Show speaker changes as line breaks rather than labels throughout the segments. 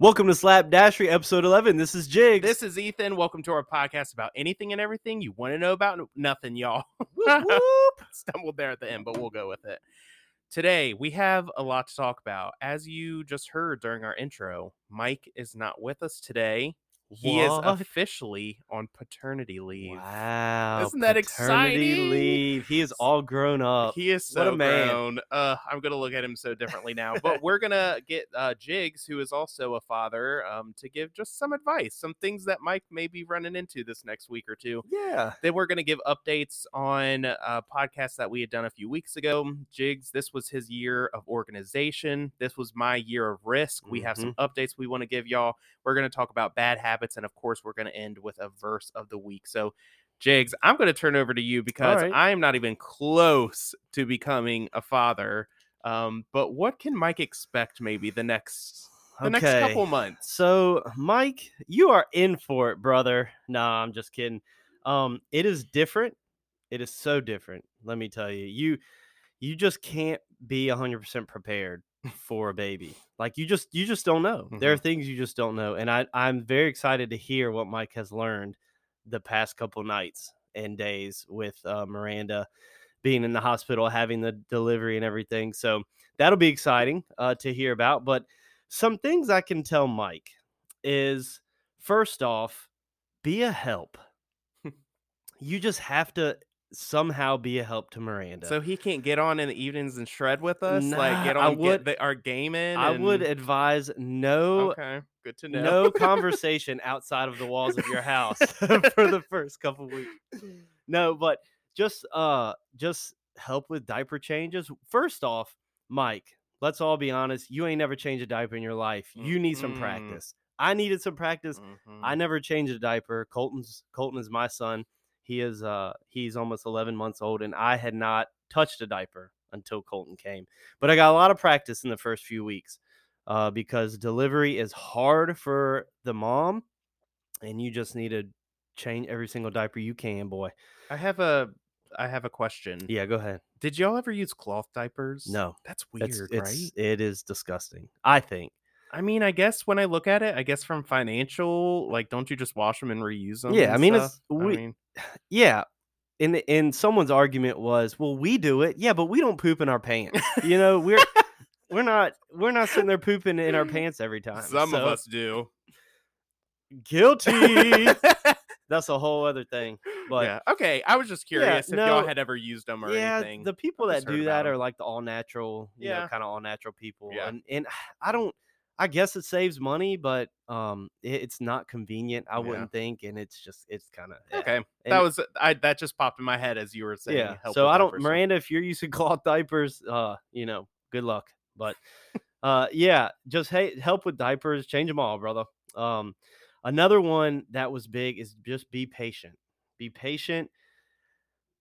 Welcome to Slapdashery, episode 11. This is Jigs.
This is Ethan. Welcome to our podcast about anything and everything you want to know about n- nothing, y'all.
Whoop, whoop.
Stumbled there at the end, but we'll go with it. Today, we have a lot to talk about. As you just heard during our intro, Mike is not with us today. He is
What?
officially on paternity leave.
Wow.
Isn't that
paternity
exciting?
Leave. He is all grown up.
He is
what a
so
man.
grown. Uh, I'm gonna look at him so differently now. But we're gonna get uh, Jigs, who is also a father, um, to give just some advice, some things that Mike may be running into this next week or two.
yeah.
Then we're gonna give updates on a podcast that we had done a few weeks ago. mm, Jigs, this was his year of organization. This was my year of risk. We have
Mm-hmm.
some updates we want to give y'all. We're gonna talk about bad habits, and of course, we're gonna end with a verse of the week. So. Jigs, I'm going to turn over to you because
right.
I am not even close to becoming a father. Um, but what can Mike expect maybe the next the
okay.
next couple months?
So, Mike, you are in for it, brother. Nah, I'm just kidding. Um, it is different. It is so different. Let me tell you. You you just can't be 100% prepared for a baby. Like you just you just don't know. There are things you just don't know, and I I'm very excited to hear what Mike has learned the past couple nights and days with uh, Miranda being in the hospital, having the delivery and everything. So that'll be exciting uh, to hear about. But some things I can tell Mike is first off, be a help.
Hmm.
you just have to somehow be a help to Miranda.
So he can't get on in the evenings and shred with us, like
Nah,
get
I
on
would-
get the, our game in.
I would
and-
advise no
okay, good to know.
no conversation outside of the walls of your house for the first couple weeks. No, but just uh just help with diaper changes. First off, Mike, let's all be honest, you ain't never changed a diaper in your life. You need some
Mm-mm.
practice. I needed some practice.
Mm-hmm.
I never changed a diaper. Colton's Colton is my son. He is uh he's almost 11 months old and I had not touched a diaper until Colton came. But I got a lot of practice in the first few weeks uh because delivery is hard for the mom and you just need to change every single diaper you can, boy.
I have a I have a question.
Yeah, go ahead.
Did y'all ever use cloth diapers?
No.
that's weird,
It's,
right?
it's it is disgusting. I think.
I mean, I guess when I look at it, I guess from financial, like, don't you just wash them and reuse them?
Yeah,
and
I mean, it's-
stuff?
we- Yeah. And the- and someone's argument was, well, we do it. Yeah, but we don't poop in our pants. You know, we're we're not we're not sitting there pooping in our pants every time.
some of
so-
us do.
guilty. That's a whole other thing. But yeah,
yeah. Okay. I was just curious if
no,
y'all had ever used them or anything.
the people
I've
that
just heard
do
about
that
'em.
are like the all natural, you know,
Yeah.
kind of all natural people.
Yeah.
And and I don't I guess it saves money, but um it, it's not convenient, I
Yeah.
wouldn't think, and it's just it's kind of
okay. that
and-
was I. That just popped in my head as you were saying.
yeah.
help
So
with
I don't,
diapers.
Miranda, if you're using cloth diapers, uh, you know, good luck. But uh, yeah, just hey, help with diapers, change them all, brother. Um, another one that was big is just be patient. Be patient.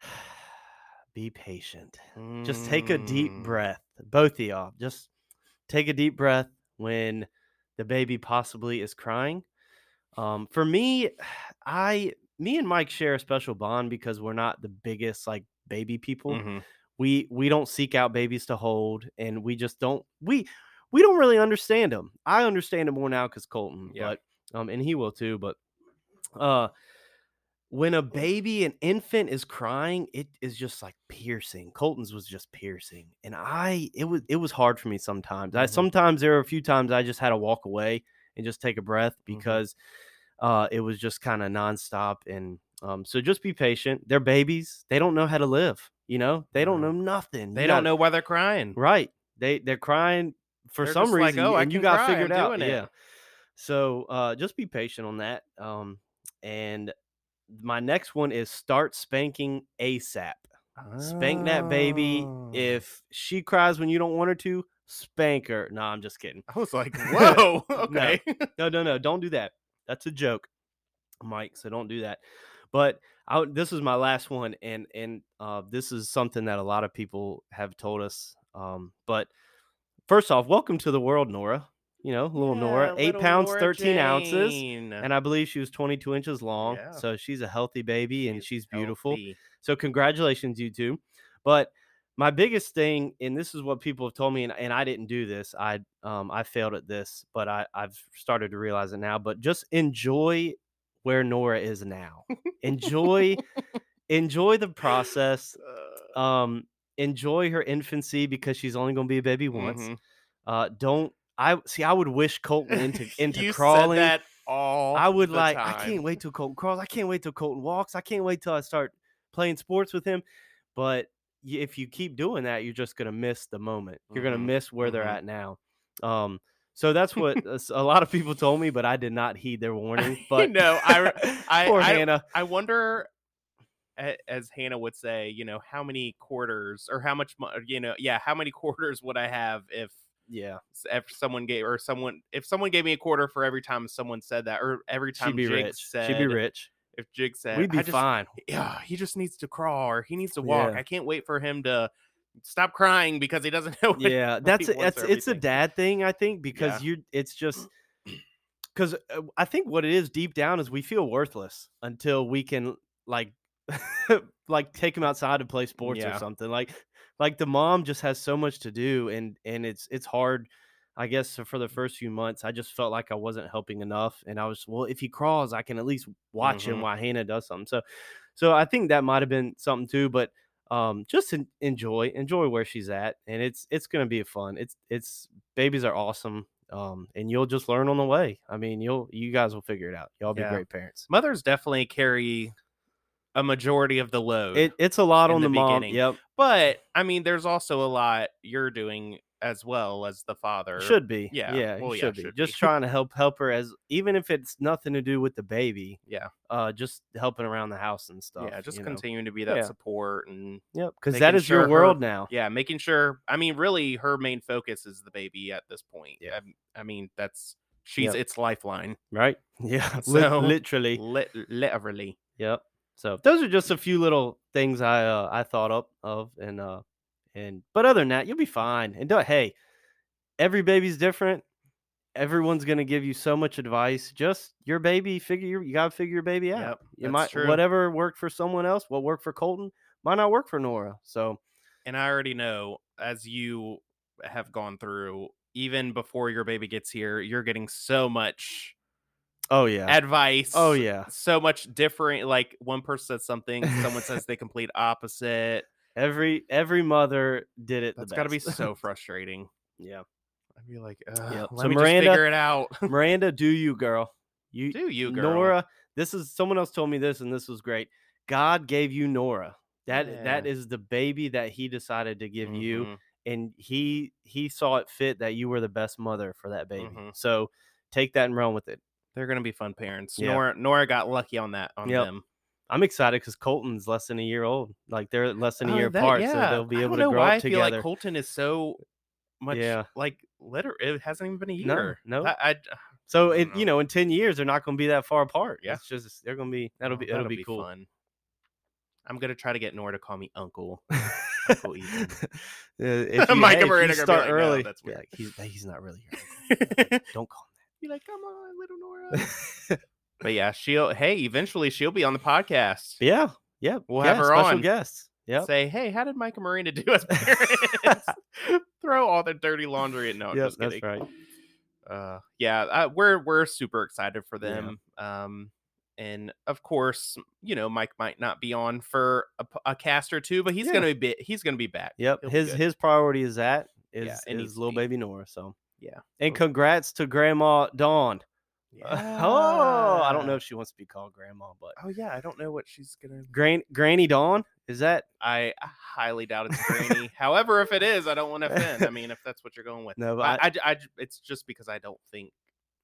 Be patient. Just take a deep
Mm.
breath, both of y'all. Just take a deep breath when the baby possibly is crying. Um, for me, I, me and Mike share a special bond because we're not the biggest like baby people.
Mhm.
We we don't seek out babies to hold, and we just don't we we don't really understand them. I understand them more now because Colton,
Yeah.
but um, and he will too. But uh, when a baby, an infant is crying, it is just like piercing. Colton's was just piercing, and I it was it was hard for me sometimes. I
Mhm.
sometimes there were a few times I just had to walk away and just take a breath
Mhm.
because uh, it was just kind of nonstop. And um, so just be patient. They're babies; they don't know how to live. You know, they don't
No.
know nothing.
They
You
don't
gotta-
know why they're crying.
right? They they're crying for
They're
some
just like,
reason,
"Oh, I
and you
can
got
cry,
figured
I'm
out.
doing it."
Yeah. So uh, just be patient on that. Um, and my next one is start spanking ASAP. Spank that baby.
Oh.
If she cries when you don't want her to, spank her. No, I'm just kidding.
I was like, whoa. okay.
No, no, no. Don't do that. That's a joke, Mike. So don't do that. But I, would- this is my last one, and and uh, this is something that a lot of people have told us. Um, but first off, welcome to the world, Nora. You know, little Nora,
Yeah,
eight
little
pounds,
Nora
thirteen ounces,
Jane.
and I believe she was twenty-two inches long.
Yeah.
So she's a healthy baby, and she's beautiful.
Healthy.
So congratulations, you two. But my biggest thing, and this is what people have told me, and, and I didn't do this. I um I failed at this, but I I've started to realize it now. But just enjoy where Nora is now. Enjoy enjoy the process. Um, enjoy her infancy because she's only going to be a baby once.
Mhm.
Uh, don't I see? I would wish Colton into into
You said
crawling.
that all
I would
the
like. I
time.
can't wait till Colton crawls. I can't wait till Colton walks. I can't wait till I start playing sports with him. But y- if you keep doing that, you're just gonna miss the moment. You're
Mhm,
gonna miss where they're
mhm.
at now. Um, so that's what uh, s- a lot of people told me, but I did not heed their warning. But
know, I re- I-
poor
I-
Hannah.
I wonder, a- as Hannah would say, you know, how many quarters or how much, mo- you know, yeah, how many quarters would I have if
Yeah,
if someone gave or someone if someone gave me a quarter for every time someone said that or every time
she'd be
Jig
rich.
said
she'd be rich.
if Jig said
We'd be
I just,
fine.
Yeah, he just needs to crawl or he needs to walk.
Yeah.
I can't wait for him to stop crying because he doesn't know. What
yeah that's
wants
that's it's a
everything.
dad thing i think because you it's just because uh, i think what it is deep down is we feel worthless until we can like like take him outside to play sports
Yeah.
or something like like the mom just has so much to do and and it's it's hard i guess so for the first few months i just felt like i wasn't helping enough and i was well if he crawls i can at least watch
Mhm.
him while hannah does something so so i think that might have been something too but um just en- enjoy enjoy where she's at and it's it's gonna be fun it's it's babies are awesome um and you'll just learn on the way i mean you'll you guys will figure it out y'all be
Yeah.
great parents
mothers definitely carry a majority of the load.
it, it's a lot
In
on
the
the, mom
beginning.
yep
but I mean, there's also a lot you're doing as well as the father.
should be
yeah,
yeah yeah
well, yeah,
should be
should
just
be.
trying to help help her as even if it's nothing to do with the baby
Yeah.
uh just helping around the house and stuff
yeah, just
you know?
continuing to be that
Yeah.
support and
yep because that
making
is
sure
your
her-
world now
yeah, making sure. I mean, really, her main focus is the baby at this point.
Yeah.
I'm- I, mean, that's she's
Yep.
its lifeline,
right yeah lit-
So-
literally
lit literally.
Yep. So those are just a few little things I uh, I thought up of and uh and but other than that, you'll be fine. And don't, hey, every baby's different. Everyone's gonna give you so much advice. Just your baby, figure your, you gotta figure your baby out.
Yep,
you
that's
might
true.
whatever worked for someone else, what worked for Colton might not work for Nora. So
And I already know, as you have gone through, even before your baby gets here, you're getting so much
oh yeah,
advice.
oh yeah,
so much different. Like one person says something, someone says the complete opposite.
every every mother did it.
That's
the
got to be
best.
so frustrating.
yeah.
I'd be like, Ugh,
Yep.
let
So
me
Miranda-
just figure it out.
Miranda, do you, girl? You
Do you, girl?
Nora, this is someone else told me this, and this was great. God gave you Nora. That that
Yeah.
is the baby that he decided to give you,
Mhm.
and he he saw it fit that you were the best mother for that baby.
Mhm.
So take that and run with it.
They're gonna be fun parents.
Yeah.
Nora, Nora got lucky on that on
Yep.
them.
I'm excited because Colton's less than a year old. Like they're less than a
Oh,
year
that-
apart,
yeah.
so they'll be
I
able
don't
to
know
grow
why
up
I feel
together.
like Colton is so much
Yeah.
like liter. It hasn't even been a
No,
year.
no.
I, I-
so
I
it,
don't
you know, in ten years they're not going to be that far apart.
Mm-hmm. Yeah.
It's just they're going to be that'll
oh,
be it'll be, cool.
Fun. I'm gonna try to get Nora to call me uncle. Uncle Ethan.
Uh, if you,
Mike
hey, if
and
you
Miranda gonna be
start
like, "No,
early.
that's
yeah,
weird."
he's he's not really your uncle.
be
Don't call
like, come on, little Nora.
him. that."
But yeah, she'll. Hey, eventually she'll be on the podcast.
yeah, yeah.
We'll
yeah,
have her
special
on.
guests. Yep.
Say, hey, how did Mike and Marina do as parents? Throw all the dirty laundry at no. I'm
yep,
just
that's
kidding.
right.
uh yeah uh we're we're super excited for
Yeah.
them um and of course you know mike might not be on for a, p- a cast or two but he's
Yeah.
gonna be he's gonna be back
Yep.
He'll be
his
good.
his priority is that is
Yeah, it needs
is
to
little
be.
baby Nora. So
Yeah.
And congrats to Grandma Dawn. oh, uh, I don't know
Yeah.
if she wants to be called Grandma, but
oh yeah i don't know what she's gonna
Gran- Granny Dawn is that?
i I highly doubt it's granny however if it is i don't want to offend i mean if that's what you're going with
No, but
I,
I,
I, j- I j- it's just because i don't think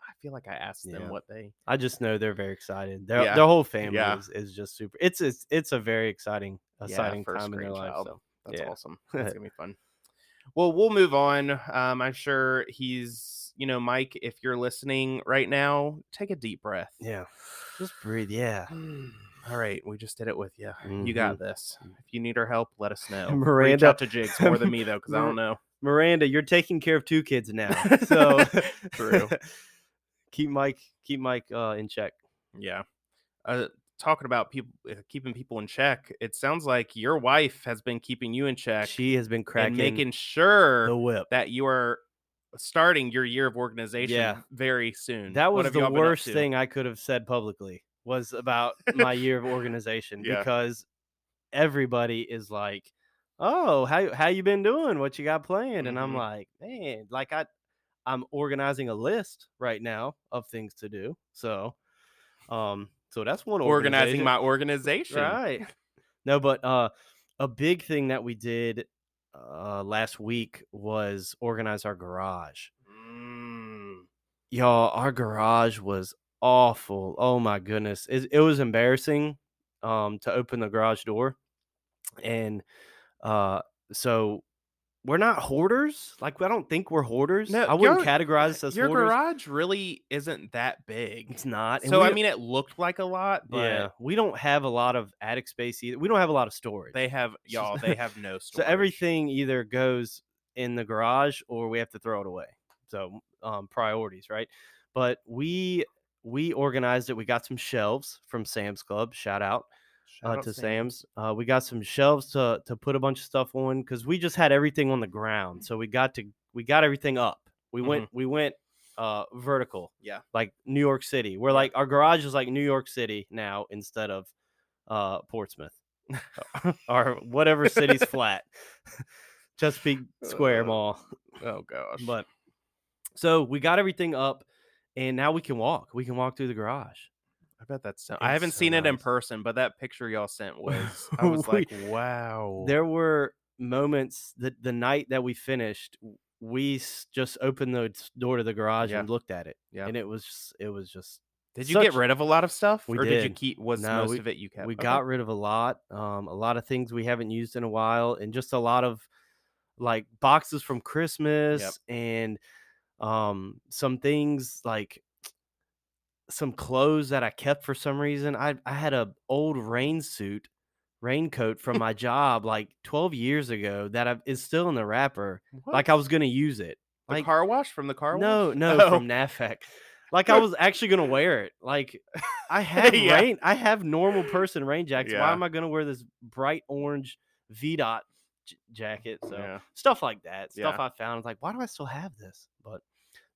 i feel like i asked
Yeah.
them what they
I just know they're very excited. Their
Yeah.
their whole family
Yeah.
is, is just super. It's it's it's a very exciting exciting
first
time in their life.
grandchild.
So.
That's
Yeah.
awesome. That's gonna be fun. Well, we'll move on. Um, I'm sure he's, you know, Mike. If you're listening right now, take a deep breath.
Yeah. Just breathe. Yeah.
All right, we just did it with you. You got this. Mm-hmm. If you need our help, let us know. Reach
Miranda-
out to Jigs more than me though, because I don't know.
Miranda, you're taking care of two kids now. So
True.
keep Mike keep Mike uh, in check.
Yeah. Uh, talking about people uh, keeping people in check, it sounds like your wife has been keeping you in check
She has been cracking
and making sure
the whip.
that you are starting your year of organization
Yeah.
very soon.
That
What
was
have
the
y'all been up
worst
to?
thing I could have said publicly was about my year of organization
Yeah.
because everybody is like, "Oh, how how you been doing? What you got planned?" And I'm
Mhm.
like, "Man, like I I'm organizing a list right now of things to do." So, um so that's one
Organizing
organization.
my organization.
Right. No, but uh, a big thing that we did uh, last week was organize our garage.
Mm.
Y'all, our garage was awful. Oh my goodness, it, it was embarrassing um, to open the garage door, and uh, so we're not hoarders. Like I don't think we're hoarders.
No,
I wouldn't
your-
categorize us as
Your
hoarders.
garage really isn't that big.
It's not. and
So
we
I
don't-
mean, it looked like a lot, but
yeah, we don't have a lot of attic space either. We don't have a lot of storage.
they have y'all. They have no
So
storage.
everything either goes in the garage or we have to throw it away. So um, priorities, right? But we we organized it. We got some shelves from Sam's Club. Shout out,
Shout
uh,
out
to
Sam.
Sam's. Uh, we got some shelves to to put a bunch of stuff on because we just had everything on the ground. So we got to we got everything up. We went we went uh, vertical.
Mm-hmm. Yeah.
like New York City. We're like our garage is like New York City now instead of uh, Portsmouth or whatever city's flat. Chesapeake Square
Uh,
Mall.
Oh gosh.
But so we got everything up and now we can walk. We can walk through the garage.
I bet that's. So,
It's
I haven't
so
seen it in
nice.
person, but that picture y'all sent was. I was
We-
like, wow.
There were moments that the night that we finished, w- we s- just opened the s- door to the garage
Yeah.
and looked at it.
Yeah.
And it was just, it was just
Did you get
such-
rid of a lot of stuff,
We
or you
did.
keep? Was
No,
most
we-
of it you kept?
we
Okay.
got rid of a lot um a lot of things we haven't used in a while and just a lot of like boxes from christmas and um some things like some clothes that i kept for some reason i i had a old rain suit raincoat from my job like 12 years ago that I've, is still in the wrapper like i
What?
was gonna use it
the
like
car wash from the car
no
wash.
no
Oh.
from nafec E like i was actually gonna wear it like I have
Yeah.
rain. I have normal person rain jackets. Why
Yeah.
am I going to wear this bright orange V dot j- jacket? So
Yeah.
stuff like that. Stuff
Yeah.
I found. It's Like, why do I still have this? But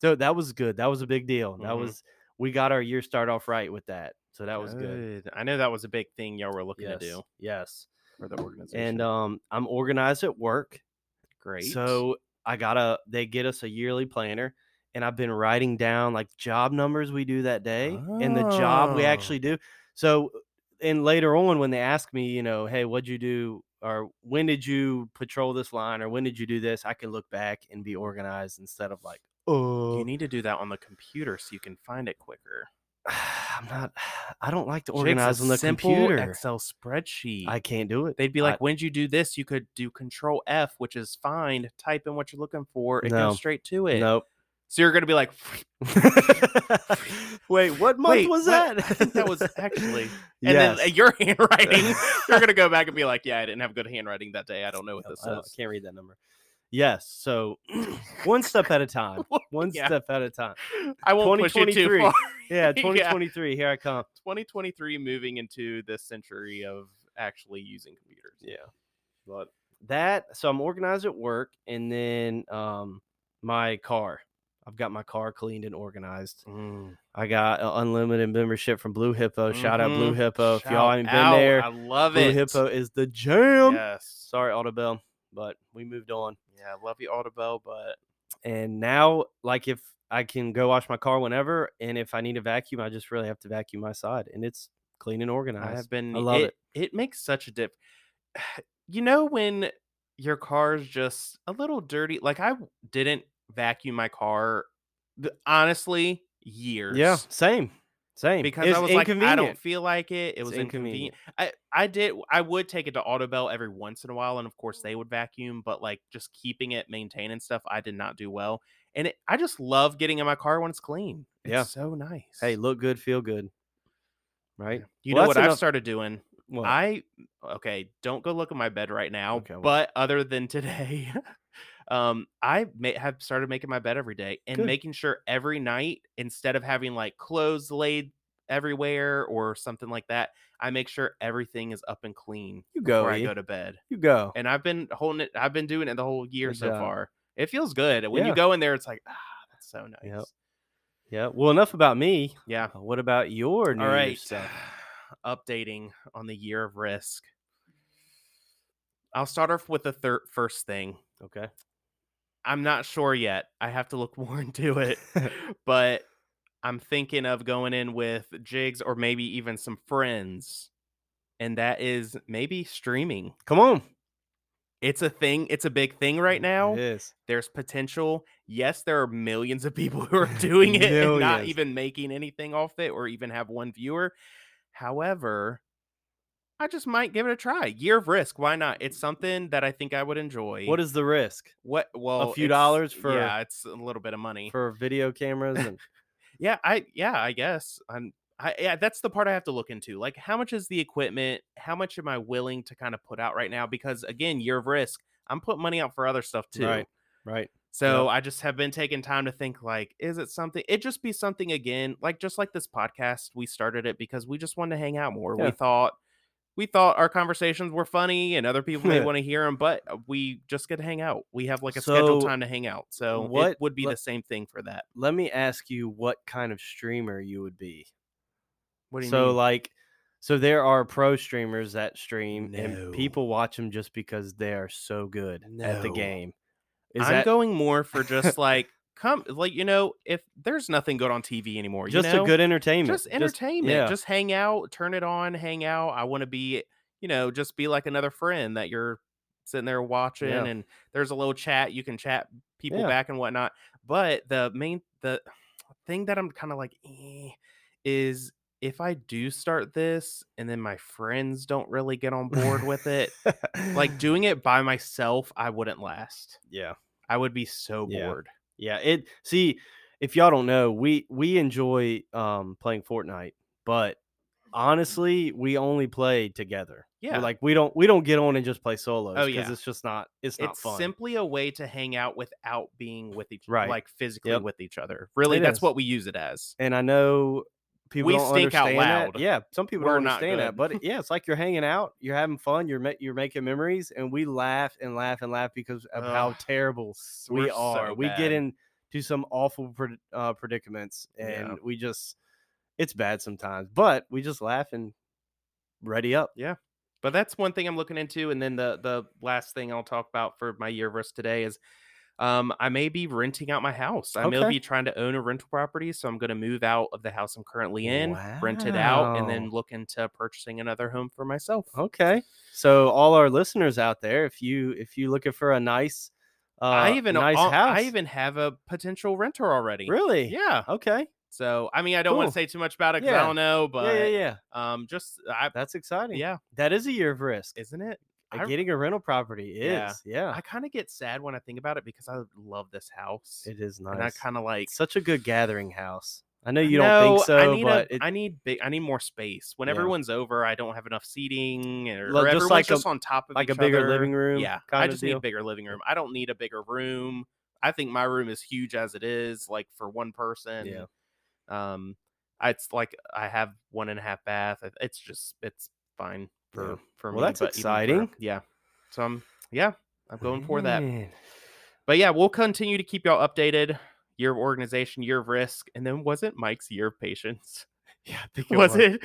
so that was good. That was a big deal. That
Mhm.
was we got our year start off right with that. So that was good.
I know that was a big thing y'all were looking
yes.
to do
Yes.
for the organization.
And um, I'm organized at work.
Great.
So I got a. They get us a yearly planner. And I've been writing down like job numbers we do that day and the job we
Oh.
actually do. So, and later on, when they ask me, you know, hey, what'd you do? Or when did you patrol this line? Or when did you do this? I can look back and be organized instead of like, oh,
you need to do that on the computer so you can find it quicker.
I'm not, I don't like to
Jigs, a
organize on the
simple
computer.
Excel spreadsheet.
I can't do it.
They'd be
I-
like, "When'd you do this?" You could do Control F, which is find, type in what you're looking for, and
No.
go straight to it.
nope.
So you're gonna be like,
Wait, what month
Wait,
was
what-
that?
I think that was actually- and
yes.
then uh, your handwriting, you're gonna go back and be like, "Yeah, I didn't have good handwriting that day. I don't know what this
I don't- I
is."
can't read that number. Yes. So one step at a time. One
Yeah.
step at a time.
I won't push you too
2023.
far.
Yeah, 2023. Here I come.
2023 moving into this century of actually using computers.
Yeah. But that so I'm organized at work and then um my car. I've got my car cleaned and organized.
Mm.
I got a unlimited membership from Blue Hippo. Shout out Blue
Mhm.
Hippo. if y'all
Shout
haven't
out.
been there,
I love
Blue
it.
Hippo is the jam.
Yes.
Sorry, Audubelle, but we moved on.
Yeah, I love you, Audubelle, but
and now like if i can go wash my car whenever and if i need a vacuum i just really have to vacuum my side and it's clean and
I
organized
have been.
I love
it, it. makes such a dip. You know when your car's just a little dirty. Like I w- didn't vacuum my car. th- Honestly, years.
yeah same same
Because
It's
I was like, I don't feel like it. It
It's
was inconvenient. I, I did. I would take it to Autobell every once in a while, and of course they would vacuum. But like just keeping it, maintaining stuff, I did not do well. And it, I just love getting in my car when it's clean. It's
Yeah.
so nice.
hey look good feel good right
you
well,
know
that's
what I've
enough-
started doing?
Well,
I okay, don't go look at my bed right now.
Okay, well-
But other than today, um, I may have started making my bed every day and
Good.
making sure every night instead of having like clothes laid everywhere or something like that, I make sure everything is up and clean
You go.
before I
E.
go to bed.
you go.
And I've been holding it. I've been doing it the whole year
Good
so
job.
far. It feels good. When
Yeah.
you go in there, it's like, ah, that's so nice.
Yep. Yeah. Well, enough about me.
Yeah.
Uh, What about your New
All right.
Year's stuff?
Updating on the year of risk. I'll start off with the thir- first thing.
Okay.
I'm not sure yet. I have to look more into it, but I'm thinking of going in with jigs or maybe even some friends. And that is maybe streaming.
Come on.
It's a thing, it's a big thing right now.
Yes.
There's potential. Yes, there are millions of people who are doing it and not
Millions.
even making anything off it or even have one viewer. However, I just might give it a try. Year of risk. Why not? It's something that I think I would enjoy.
What is the risk
what? Well,
few
it's-
dollars for-
yeah, it's a little bit of money.
for video cameras? And
Yeah, I yeah, I guess I'm. I, yeah, that's the part I have to look into. Like, how much is the equipment? How much am I willing to kind of put out right now? Because again, year of risk. I'm putting money out for other stuff too.
Right, right.
So I just have been taking time to think like, is it something? It just be something again, like just like this podcast. We started it because we just wanted to hang out more.
Yeah.
We thought we thought our conversations were funny and other people may want to hear them, but uh, we just get to hang out. We have like a scheduled
So
time to hang out. So
what-
it would be
let-
the same thing for that.
Let me ask you what kind of streamer you would be.
What do you
so
mean?
like so there are pro streamers that stream and
No.
people watch them just because they are so good at the
No.
game. Is
I'm
that
going more for just like come like you know, if there's nothing good on TV anymore,
just
you know?
a good entertainment?
just entertainment.
yeah.
Just hang out, turn it on, hang out. I want to be, you know, just be like another friend that you're sitting there watching
Yeah.
and there's a little chat. You can chat people
Yeah.
back and whatnot. But the main the thing that I'm kind of like eh, is if I do start this and then my friends don't really get on board with it, like doing it by myself, I wouldn't last.
yeah.
I would be so
Yeah.
bored.
Yeah, it see if y'all don't know, we we enjoy um playing Fortnite, but honestly, we only play together. We're
Mm-hmm. Yeah.
like we don't we don't get on and just play solos
Oh,
because
yeah.
it's just not it's not
it's
fun.
simply a way to hang out without being with each
Right.
like physically
Yep.
with each other really
It
that's
is.
what we use it as
and I know people
We
don't
stink out
understand that.
loud.
Yeah, some people
We're
don't
not
understand that,
good.
but it- yeah, it's like you're hanging out, you're having fun, you're ma- you're making memories, and we laugh and laugh and laugh because of how
Ugh,
terrible
we're
we
so
are. we get
bad.
into some awful pred- uh, predicaments, and
Yeah.
we just it's bad sometimes, but we just laugh and ready up.
but that's one thing i'm looking into and then the the last thing i'll talk about for my year verse today is um i may be renting out my house i may
Okay.
be trying to own a rental property so i'm going to move out of the house i'm currently in rent it out and then
Wow.
look into purchasing another home for myself
Okay, so all our listeners out there, if you if you looking for a nice, uh,
i even
nice
al-
house,
i even have a potential renter already
really
yeah
okay,
so i mean i don't want
Cool.
to say too much about it because
Yeah.
i don't know but
yeah, yeah, yeah.
um just i
That's exciting.
yeah
That is a year of risk.
isn't it?
Uh,
I-
Getting a rental property
Yeah.
is, yeah,
I kind of get sad when I think about it because I love this house,
it is nice.
and I kind of like.
It's such a good gathering house. I know
I
you don't
know,
think so,
I need
but
a,
it,
I need big. I need more space. When
Yeah.
everyone's over, I don't have enough seating, or,
Like-
or
just
everyone's
like a-
just on top of
like a
each
bigger
other.
living room
Yeah, I
kind of
just need
deal?
a bigger living room. I don't need a bigger room. I think my room is huge as it is, like for one person.
Yeah.
Um, I- it's like I have one and a half bath. It- It's just it's fine for
Yeah.
for me.
Well, that's
but even for-
exciting.
yeah. So I'm yeah, I'm going for that.
Man.
But yeah, we'll continue to keep y'all updated. Year of organization, year of risk, and then wasn't Mike's year of patience?
Yeah, I think
Was it? I,
think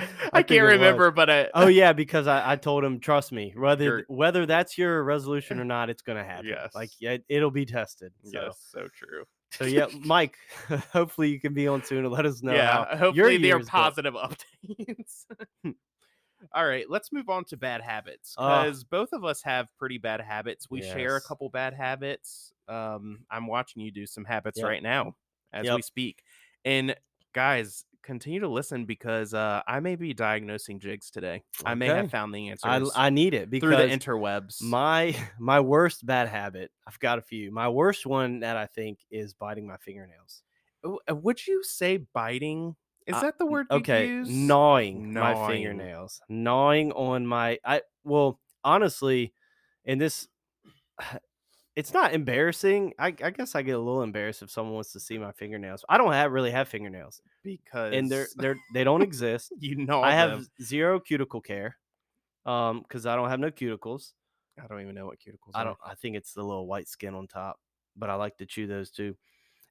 can't
it was.
remember, but uh, I,
Oh yeah, because I, I told him, trust me, whether
You're-
whether that's your resolution or not, it's gonna happen. Like
Eh. Yes.
yeah, it'll be tested. So,
yes, so true.
so yeah, Mike, hopefully you can be on soon and let us know.
yeah, uh,
how your
hopefully they are
year's going.
positive updates.
Hmm.
All right, let's move on to bad habits
Ah.
because both of us have pretty bad habits. We share a
Yes.
couple bad habits. Um, I'm watching you do some habits
Yep.
right now as we
Yep.
speak. And guys, continue to listen because uh, I may be diagnosing jigs today. I may
Okay.
have found the answers.
I I need it because
through the interwebs.
My my worst bad habit. I've got a few. My worst one that I think is biting my fingernails.
W- uh, Would you say biting? Is
I-
that the word? you'd
Okay,
use?
gnawing, my
Gnawing.
fingernails, gnawing on my. I well, honestly, and this, it's not embarrassing. I, I guess I get a little embarrassed if someone wants to see my fingernails. I don't have really have fingernails,
because
and they're they're they don't exist.
you know
I
them.
have zero cuticle care, um, because I don't have no cuticles.
I don't even know what cuticles.
I
are.
don't. I think it's the little white skin on top, but I like to chew those too.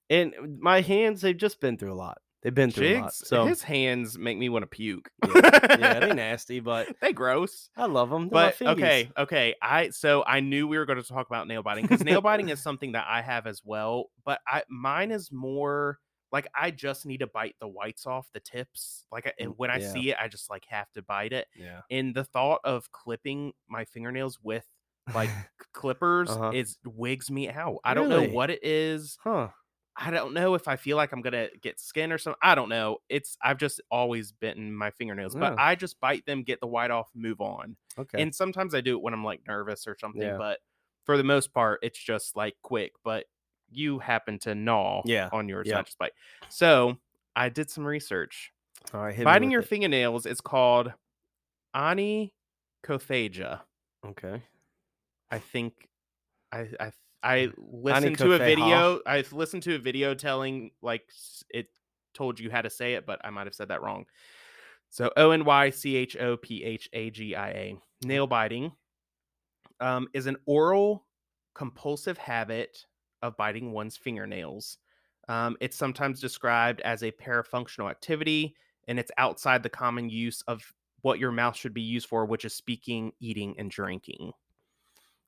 And uh, my hands, they've just been through a lot. They've been through a lot.
Jigs.
So
his hands make me want to puke.
yeah, they nasty, but
they gross.
I love them.
But okay, okay. I so I knew we were going to talk about nail biting because nail biting is something that I have as well. But I mine is more like I just need to bite the whites off the tips. Like I, and
Mm,
when I
yeah.
see it, I just like have to bite it.
Yeah.
And the thought of clipping my fingernails with like clippers
Uh-huh.
is wigs me out. I don't know
Really?
what it is.
Huh.
I don't know if I feel like I'm gonna get skin or something. I don't know. It's I've just always bitten my fingernails,
Yeah.
but I just bite them, get the white off, move on.
Oh. Okay.
And sometimes I do it when I'm like nervous or something,
Yeah.
but for the most part, it's just like quick. But you happen to gnaw
Yeah.
on yours,
Yeah.
not just bite. So I did some research.
All right. hit me
Biting
with
your
it.
fingernails is called onychothagia.
Okay.
I think I I I listened to a
Kofeha.
video. I listened to a video telling like s- it told you how to say it, but I might have said that wrong. So O N Y C H O P H A G I A. Nail biting um, is an oral compulsive habit of biting one's fingernails. Um, it's sometimes described as a parafunctional activity, and it's outside the common use of what your mouth should be used for, which is speaking, eating, and drinking.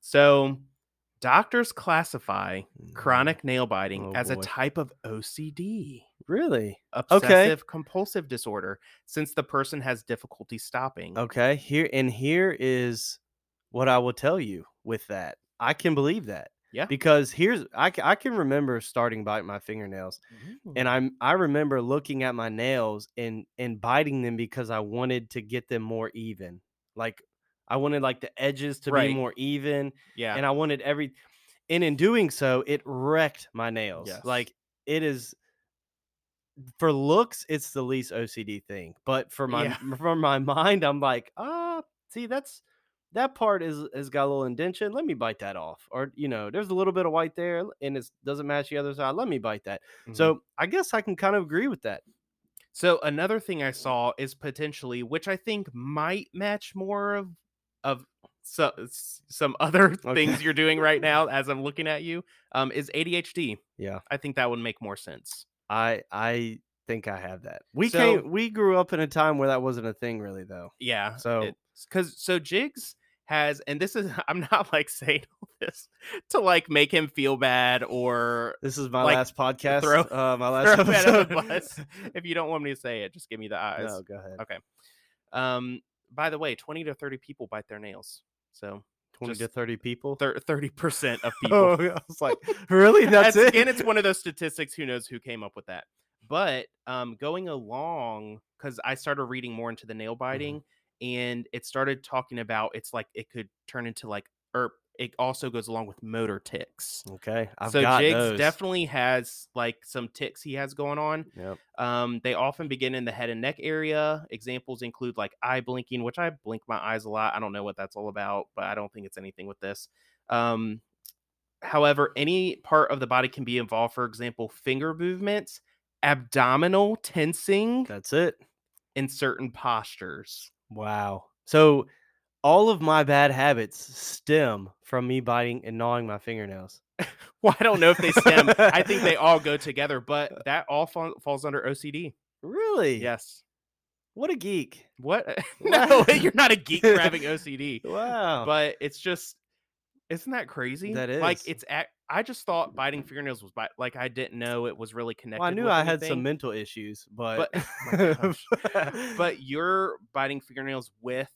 So, doctors classify
Mm,
chronic nail biting
Oh,
as a
boy.
type of OCD,
Really?
obsessive compulsive disorder, since the person has difficulty stopping.
Okay. Here and here is what I will tell you with that. I can believe that.
Yeah.
Because here's I, c- I can remember starting biting my fingernails and I'm I remember looking at my nails and and biting them because I wanted to get them more even. Like I wanted like the edges to
Right.
be more even
yeah,
and I wanted every and in doing so it wrecked my nails.
Yes.
Like it is for looks it's the least OCD thing, but for my
Yeah.
for my mind I'm like, "Ah, see that's that part is has got a little indentation. Let me bite that off." Or, you know, there's a little bit of white there and it doesn't match the other side. Let me bite that.
Mhm.
So I guess I can kind of agree with that.
So another thing I saw is potentially, which I think might match more of of so, s- some other
Okay.
things you're doing right now as I'm looking at you, um, is ADHD.
Yeah.
I think that would make more sense.
I I think I have that. We
So-
came we grew up in a time where that wasn't a thing really though.
Yeah.
So-
because so Jigs has, and this is I'm not like saying all this to like make him feel bad or
This is my
Like,
last podcast.
throw-
uh, my
throw
last
him under
episode.
the bus. If you don't want me to say it, just give me the eyes.
no, go ahead.
Okay. Um. By the way, twenty to thirty people bite their nails. So
Twenty to
Just
thirty people.
thirty percent of people.
Oh, I was like, really? That's it?
That's- Again, it's one of those statistics. Who knows who came up with that? But um, going along, because I started reading more into the
Mm-hmm.
nail biting, and it started talking about it's like it could turn into like, or it also goes along with motor ticks.
Okay, I've
so
got
Jigs
those.
definitely has like some ticks he has going on.
Yep.
Um, they often begin in the head and neck area. Examples include like eye blinking, which I blink my eyes a lot. I don't know what that's all about, but I don't think it's anything with this. Um, however, any part of the body can be involved. For example, finger movements, abdominal tensing,
That's it.
and certain postures.
Wow. So all of my bad habits stem from me biting and gnawing my fingernails.
Well, I don't know if they stem. I think they all go together, but that all fall, falls under OCD.
Really?
Yes.
What a geek.
What? no,
What?
you're not a geek for having OCD.
Wow.
but it's just isn't that crazy
That
like
is.
it's at, i just thought biting fingernails was bi- like i didn't know it was really connected
Well, I knew
with
I had some
anything,
mental issues, but
but oh my gosh. but you're biting fingernails with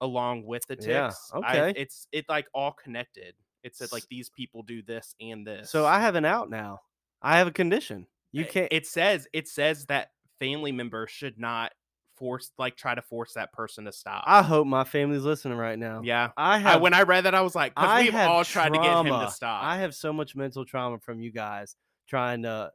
along with the ticks
Yeah,
I-
okay.
it's it like all connected it said like
S-
these people do this and this
so I have an out now. I have a condition. You
I-
can't.
Eh, it says it says that family members should not force like try to force that person to stop
I hope my family's listening right now.
yeah
I
I,
have.
when i read that i was like because
I
we've
have
all tried to get him
trauma.
to stop
I have so much mental trauma from you guys trying to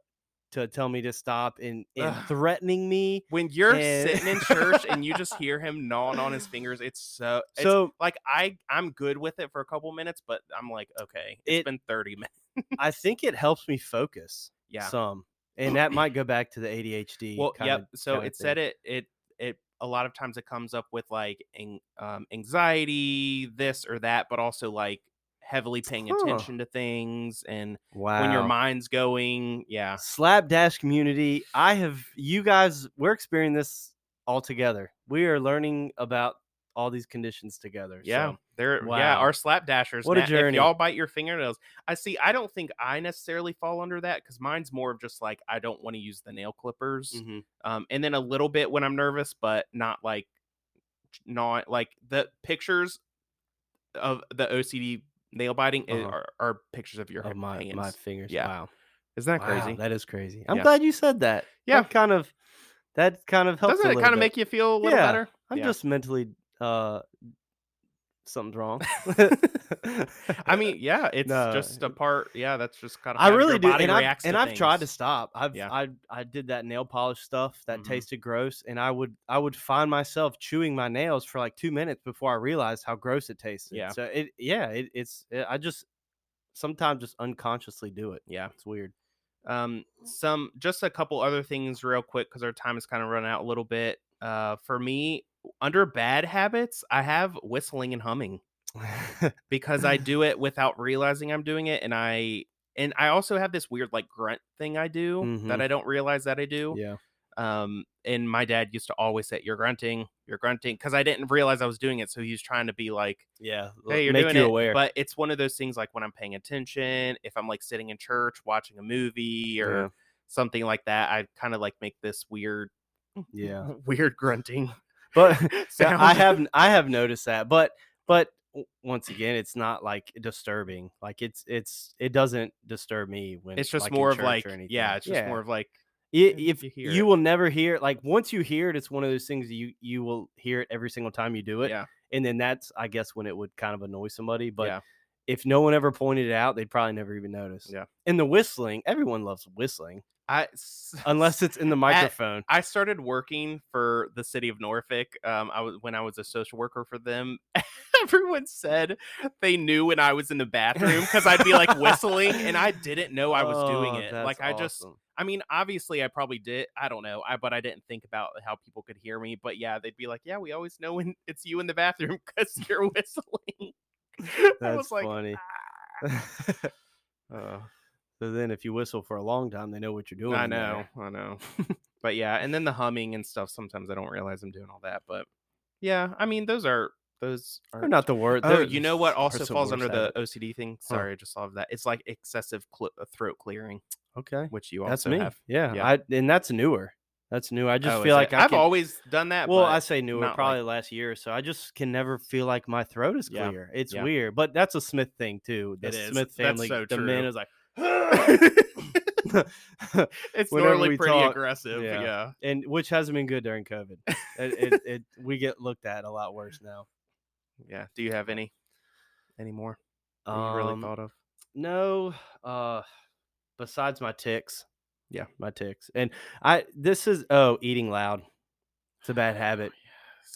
to tell me to stop and, and
Ugh.
threatening me.
When you're
And-
sitting in church and you just hear him gnawing on his fingers, it's so it's
So
like I I'm good with it for a couple minutes, but I'm like, okay, it's
It-
been 30 minutes.
I think it helps me focus
Yeah.
some. And that might go back to the ADHD.
well,
kinda-
yep. So
kinda
it said it it it a lot of times it comes up with like ang- um, anxiety, this or that, but also like heavily paying
Huh.
attention to things and
Wow.
when your mind's going, yeah.
slapdash community i have you guys we're experiencing this all together we are learning about all these conditions together
Yeah,
so
they're yeah,
wow.
our slapdashers.
What a
Matt,
journey.
If y'all bite your fingernails. I see. I don't think I necessarily fall under that because mine's more of just like I don't want to use the nail clippers,
mhm.
um, and then a little bit when I'm nervous, but not like not like the pictures of the OCD nail biting i-
Uh-huh.
are, are pictures of your
Oh, my
hands.
my fingers
Yeah.
wow
Isn't that
Wow,
crazy?
that is crazy i'm
Yeah.
glad you said that
Yeah.
That kind of that kind of helps
Doesn't it kind of make you feel a little
Yeah,
better?
i'm
Yeah.
just mentally uh something's wrong
I mean, yeah, it's
eh, No. eh
just a part. Yeah, that's just kind of.
I really do,
Body
and, I've,
reacts
and I've tried to
things.
stop. I've
Yeah.
I I did that nail polish stuff that
Mhm.
tasted gross, and I would I would find myself chewing my nails for like two minutes before I realized how gross it tasted.
Yeah.
So it yeah it, it's it, I just sometimes just unconsciously do it.
Yeah.
It's weird.
Um,
Mm-hmm.
some just a couple other things real quick because our time is kind of run out a little bit. Uh, for me, under bad habits, I have whistling and humming because I do it without realizing I'm doing it, and I and I also have this weird like grunt thing I do
Mhm.
that I don't realize that I do.
yeah.
Um, and my dad used to always say, "You're grunting, you're grunting," because I didn't realize I was doing it, so he was trying to be like
Yeah. l-
hey, you're
make
doing
you
it.
aware.
But it's one of those things like when I'm paying attention, if I'm like sitting in church watching a movie or
Yeah.
something like that, I kind of like make this weird,
yeah.
weird grunting.
But yeah,
sound.
I have I have noticed that, but but w- once again, it's not like disturbing. Like it's it's it doesn't disturb me when
It's just
like, in
more of
church or
like,
anything.
yeah, it's just
Yeah.
more of like,
I-
Yeah,
if
you
you,
hear it.
will never hear it like once you hear it it's one of those things that you you will hear it every single time you do it
Yeah.
and then that's i guess when it would kind of annoy somebody but
Yeah.
if no one ever pointed it out they'd probably never even notice
Yeah.
and the whistling everyone loves whistling
I
unless it's in the microphone
I started working for the city of Norfolk. Um, I was when I was a social worker for them. Everyone said they knew when I was in the bathroom because I'd be like whistling, and I didn't know I was doing
Oh,
it.
that's
Like I just
awesome.
I mean, obviously, I probably did. I don't know. I but I didn't think about how people could hear me. But yeah, they'd be like, "Yeah, we always know when it's you in the bathroom because you're whistling." I was
that's
like, "Ah."
funny
"Oh,
so then if you whistle for a long time they know what you're doing
I
in there.
know, I know." but yeah, and then the humming and stuff. Sometimes I don't realize I'm doing all that. But yeah, I mean, those are those are
they're not the word
Oh,
they're
you know what
s-
also
are some
falls
worse
under
at
the
it.
OCD thing? Sorry, I just saw that. It's like excessive cl- uh, throat clearing,
okay
which you also
that's me
have.
yeah,
Yeah.
i and that's newer that's new i just
Oh, is
feel
it?
like I
I've
could-
always done that.
Well,
but
I say newer,
not like-
probably last year or so. I just can never feel like my throat is
Yeah,
clear. It's
yeah.
weird, but that's a Smith thing too. The
It is.
Smith
That's
family,
so
the man
true.
is like,
it's
Whenever
normally
we
pretty
talk-
aggressive.
yeah.
Yeah.
and which hasn't been good during COVID. It, it, it we get looked at a lot worse now.
Yeah. Do you have any any more that you really
Um,
thought of?
no, uh, besides my ticks,
Yeah.
my ticks, and I. This is oh, eating loud. It's a bad habit,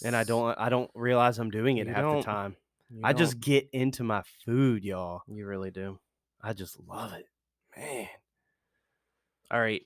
and I don't. I don't realize I'm doing it
You
half
don't-
the time. I just get into my food, y'all.
you really do.
I just love it.
Man. All right.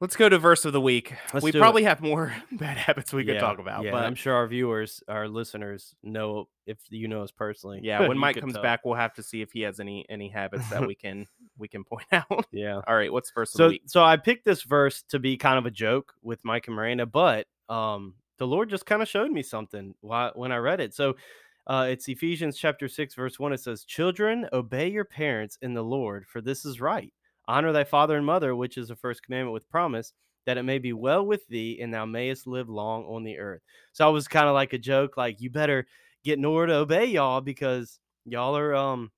Let's go to verse of the week.
Let's
we
do it.
probably have more bad habits we could
Yeah,
talk about,
yeah,
but
I'm sure our viewers, our listeners know if you know us personally.
yeah, when
you
Mike
could
comes
tell.
back, we'll have to see if he has any any habits that we can we can point out.
Yeah.
All right, what's verse of the
So
week?
so I picked this verse to be kind of a joke with Mike and Miranda, but um the Lord just kind of showed me something why, when I read it. So uh, it's Ephesians chapter 6 verse 1 it says children obey your parents in the Lord for this is right. Honor thy father and mother which is the first commandment with promise that it may be well with thee and thou mayest live long on the earth. So I was kind of like a joke like you better get Nora to obey y'all because y'all are um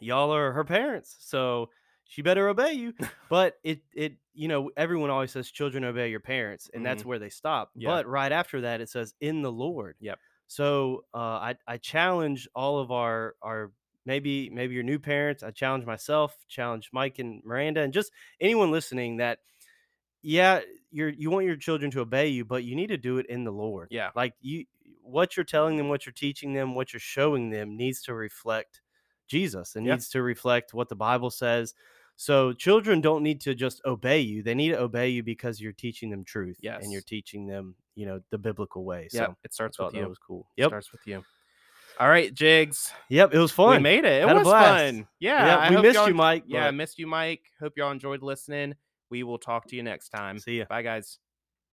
y'all are her parents. So she better obey you. But it it you know everyone always says children obey your parents and that's where they stop.
Mm-hmm. Yeah.
But right after that it says in the Lord.
Yep.
So uh, I I challenge all of our our maybe maybe your new parents. I challenge myself, challenge Mike and Miranda, and just anyone listening that yeah, you're you want your children to obey you, but you need to do it in the Lord.
Yeah.
Like you what you're telling them, what you're teaching them, what you're showing them needs to reflect Jesus and
Yeah.
needs to reflect what the Bible says. So children don't need to just obey you. They need to obey you because you're teaching them truth.
Yes.
And you're teaching them, you know, the biblical way.
Yeah,
So
it starts
I
with
thought that
you.
was cool.
It
Yep.
starts with you. All right, Jigs.
Yep. It was fun.
We made it. It
Had a
was
blast.
fun. Yeah,
yeah.
I
we
hope
missed
y'all-
you, Mike.
Yeah, I
but
missed you, Mike. Hope y'all enjoyed listening. We will talk to you next time.
See ya.
Bye, guys.